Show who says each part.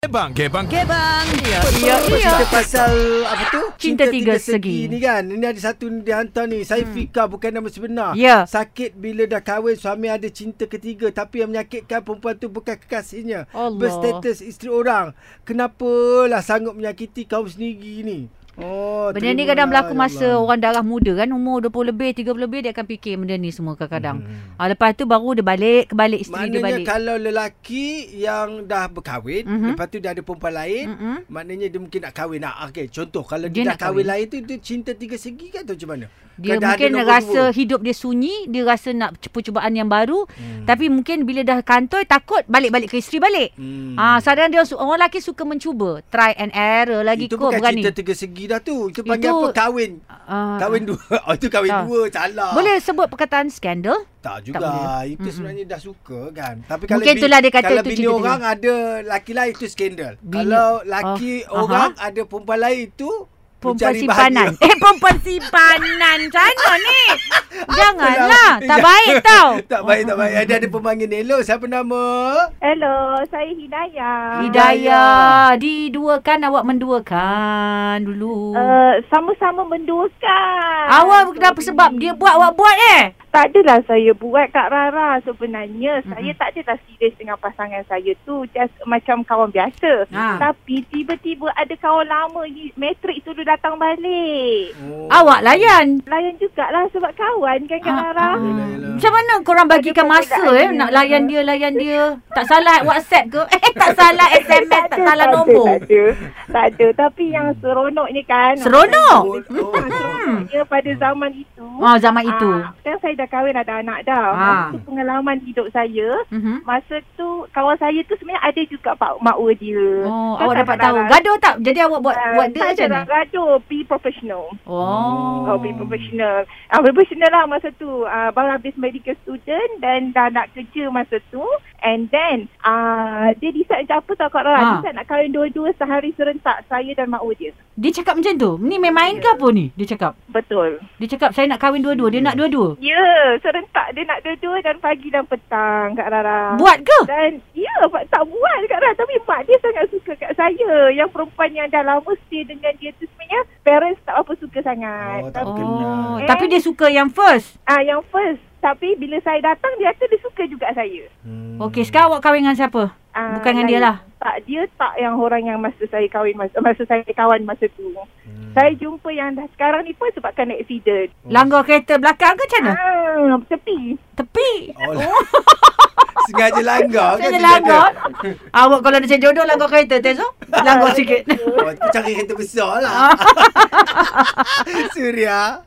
Speaker 1: Gebang, gebang.
Speaker 2: Gebang. Ya,
Speaker 3: Ya, Cerita pasal apa tu?
Speaker 2: Cinta tiga segi.
Speaker 3: Ni kan. Ini ada satu ni dia hantar ni. Saya hmm. Fika bukan nama sebenar.
Speaker 2: Ya.
Speaker 3: Sakit bila dah kahwin suami ada cinta ketiga tapi yang menyakitkan perempuan tu bukan kekasihnya.
Speaker 2: Allah.
Speaker 3: Berstatus isteri orang. Kenapalah sanggup menyakiti kaum sendiri ni? Oh,
Speaker 2: Benda ni
Speaker 3: terimalah,
Speaker 2: kadang berlaku
Speaker 3: ya
Speaker 2: masa
Speaker 3: Allah.
Speaker 2: orang darah muda kan umur 20 lebih 30 lebih dia akan fikir benda ni semua kadang-kadang. Hmm. Ha, lepas tu baru dia balik kebalik isteri dia
Speaker 3: Maknanya
Speaker 2: balik.
Speaker 3: kalau lelaki yang dah berkahwin
Speaker 2: Mhm.
Speaker 3: mm-hmm. Lepas tu dia ada perempuan lain
Speaker 2: Mhm.
Speaker 3: mm-hmm. Maknanya dia mungkin nak kahwin nak, okay, Contoh kalau dia,
Speaker 2: Dia
Speaker 3: dia dah
Speaker 2: nak
Speaker 3: kahwin,
Speaker 2: kahwin.
Speaker 3: lain tu Dia cinta tiga segi kan atau macam mana
Speaker 2: Dia
Speaker 3: Kalau dah ada
Speaker 2: mungkin
Speaker 3: nombor
Speaker 2: rasa "Oh,
Speaker 3: dua.
Speaker 2: hidup dia sunyi, dia rasa nak percubaan yang baru, hmm. tapi mungkin bila dah kantoi takut balik-balik ke isteri balik.
Speaker 3: Hmm.
Speaker 2: Hmm. Ah, sekarang dia su- orang lelaki suka mencuba, try and error lagi
Speaker 3: Itu
Speaker 2: kot
Speaker 3: bukan
Speaker 2: berani.
Speaker 3: cinta tiga segi dah tu Itu panggil
Speaker 2: Itu-
Speaker 3: apa kahwin
Speaker 2: Ah.
Speaker 3: Kahwin dua Oh itu kahwin
Speaker 2: Tak.
Speaker 3: dua Salah
Speaker 2: Boleh sebut perkataan skandal?
Speaker 3: Tak
Speaker 2: Tak
Speaker 3: juga
Speaker 2: boleh.
Speaker 3: Itu
Speaker 2: Mm-mm.
Speaker 3: sebenarnya dah suka kan Tapi kalau
Speaker 2: Mungkin
Speaker 3: bi-
Speaker 2: itulah dia kata
Speaker 3: Kalau
Speaker 2: tu
Speaker 3: bini
Speaker 2: cinta tiga.
Speaker 3: orang ada Laki lain itu skandal
Speaker 2: Bini-
Speaker 3: Kalau laki
Speaker 2: Oh,
Speaker 3: orang ada perempuan lain itu
Speaker 2: Perempuan
Speaker 3: mencari
Speaker 2: simpanan.
Speaker 3: bahagia.
Speaker 2: Eh, perempuan simpanan. Macam ni? Janganlah.
Speaker 3: Apalah.
Speaker 2: Tak baik tau.
Speaker 3: tak baik, tak baik. Ada ada pemanggil ni. Hello, siapa nama?
Speaker 4: Hello, saya Hidayah.
Speaker 2: Hidayah, diduakan awak menduakan dulu. Uh,
Speaker 4: Uh, sama-sama menduakan.
Speaker 2: awak kenapa sebab dia buat awak buat eh?
Speaker 4: Tak adalah saya buat Kak Rara sebenarnya. Mm-hmm. Saya tak adalah serius dengan pasangan saya tu. Just macam kawan biasa.
Speaker 2: Ha.
Speaker 4: Tapi tiba-tiba ada kawan lama ni. Matrik tu dia
Speaker 2: Ha.
Speaker 4: datang balik.
Speaker 3: Oh.
Speaker 2: Awak layan.
Speaker 4: Layan jugalah sebab kawan kan Kak
Speaker 2: Ah,
Speaker 4: Rara.
Speaker 2: ah.
Speaker 3: Yelah, yelah.
Speaker 2: Macam mana korang bagikan
Speaker 4: Ada
Speaker 2: masa eh
Speaker 4: perbezaan
Speaker 2: nak
Speaker 4: dia.
Speaker 2: layan dia layan dia. Tak salah WhatsApp ke? Eh tak salah SMS, Eh, tak
Speaker 4: ada,
Speaker 2: salah
Speaker 4: tak ada,
Speaker 2: nombor.
Speaker 4: Tak ada, tak ada. Tapi yang
Speaker 3: Hmm.
Speaker 4: seronoknya kan.
Speaker 2: Seronok.
Speaker 3: Oh, oh.
Speaker 4: Seronoknya pada zaman itu.
Speaker 2: Oh zaman itu.
Speaker 4: Ah, kan saya dah kahwin ada anak dah.
Speaker 2: Ah.
Speaker 4: Masa tu pengalaman hidup saya,
Speaker 2: Mhm.
Speaker 4: masa tu kawan saya tu sebenarnya ada juga pak makwa dia.
Speaker 2: Oh,
Speaker 4: Kan
Speaker 2: awak
Speaker 4: tak
Speaker 2: dapat
Speaker 4: ada
Speaker 2: tahu.
Speaker 4: ras-
Speaker 2: Gaduh tak? Jadi awak buat
Speaker 4: Ah,
Speaker 2: buat dia
Speaker 4: tak
Speaker 2: macam
Speaker 4: ada
Speaker 2: ni?
Speaker 4: ras- Gaduh, be professional.
Speaker 2: Oh.
Speaker 4: Oh, be professional. Ah, professional lah masa tu. Ah, baru habis medical student dan dah nak kerja masa tu. And then, ah, dia decide macam apa tau Kak Rara.
Speaker 2: Ah.
Speaker 4: Dia decide nak kahwin dua-dua sehari serentak saya dan makwa dia.
Speaker 2: Dia cakap macam tu. Ni main main
Speaker 4: Ya.
Speaker 2: ke apa ni? Dia cakap.
Speaker 4: Betul.
Speaker 2: Dia cakap saya nak kahwin dua-dua, dia nak dua-dua.
Speaker 4: Ya, yeah, serentak dia nak dua-dua dan pagi dan petang Kak Rara.
Speaker 2: Buat ke?
Speaker 4: Dan ya mak tak buat dekat Rah Tapi mak dia sangat suka kat saya Yang perempuan yang dah lama stay dengan dia tu sebenarnya Parents tak apa suka sangat
Speaker 3: Oh,
Speaker 4: oh,
Speaker 3: tak
Speaker 4: tapi,
Speaker 2: Oh,
Speaker 4: kenal.
Speaker 2: tapi dia suka yang first.
Speaker 4: ah, Yang first Tapi bila saya datang dia kata dia suka juga saya
Speaker 3: Hmm.
Speaker 2: Okey, sekarang awak kahwin dengan siapa?
Speaker 4: ah,
Speaker 2: Bukan dengan
Speaker 4: saya-
Speaker 2: dia lah.
Speaker 4: Tak dia tak yang orang yang masa saya kahwin Masa, masa saya kawan masa tu
Speaker 3: Hmm.
Speaker 4: Saya jumpa yang dah sekarang ni pun sebabkan accident
Speaker 2: Langgar kereta belakang ke macam mana?
Speaker 4: Hmm. Ah, tepi
Speaker 2: Tepi.
Speaker 3: Oh, lah. Sengaja langgar
Speaker 2: Saya
Speaker 3: kan?
Speaker 2: dah langgar. Awak kalau nak cari jodoh langgar kereta, Tezo. Langgar sikit.
Speaker 3: Oh, cari kereta besar lah. Suria.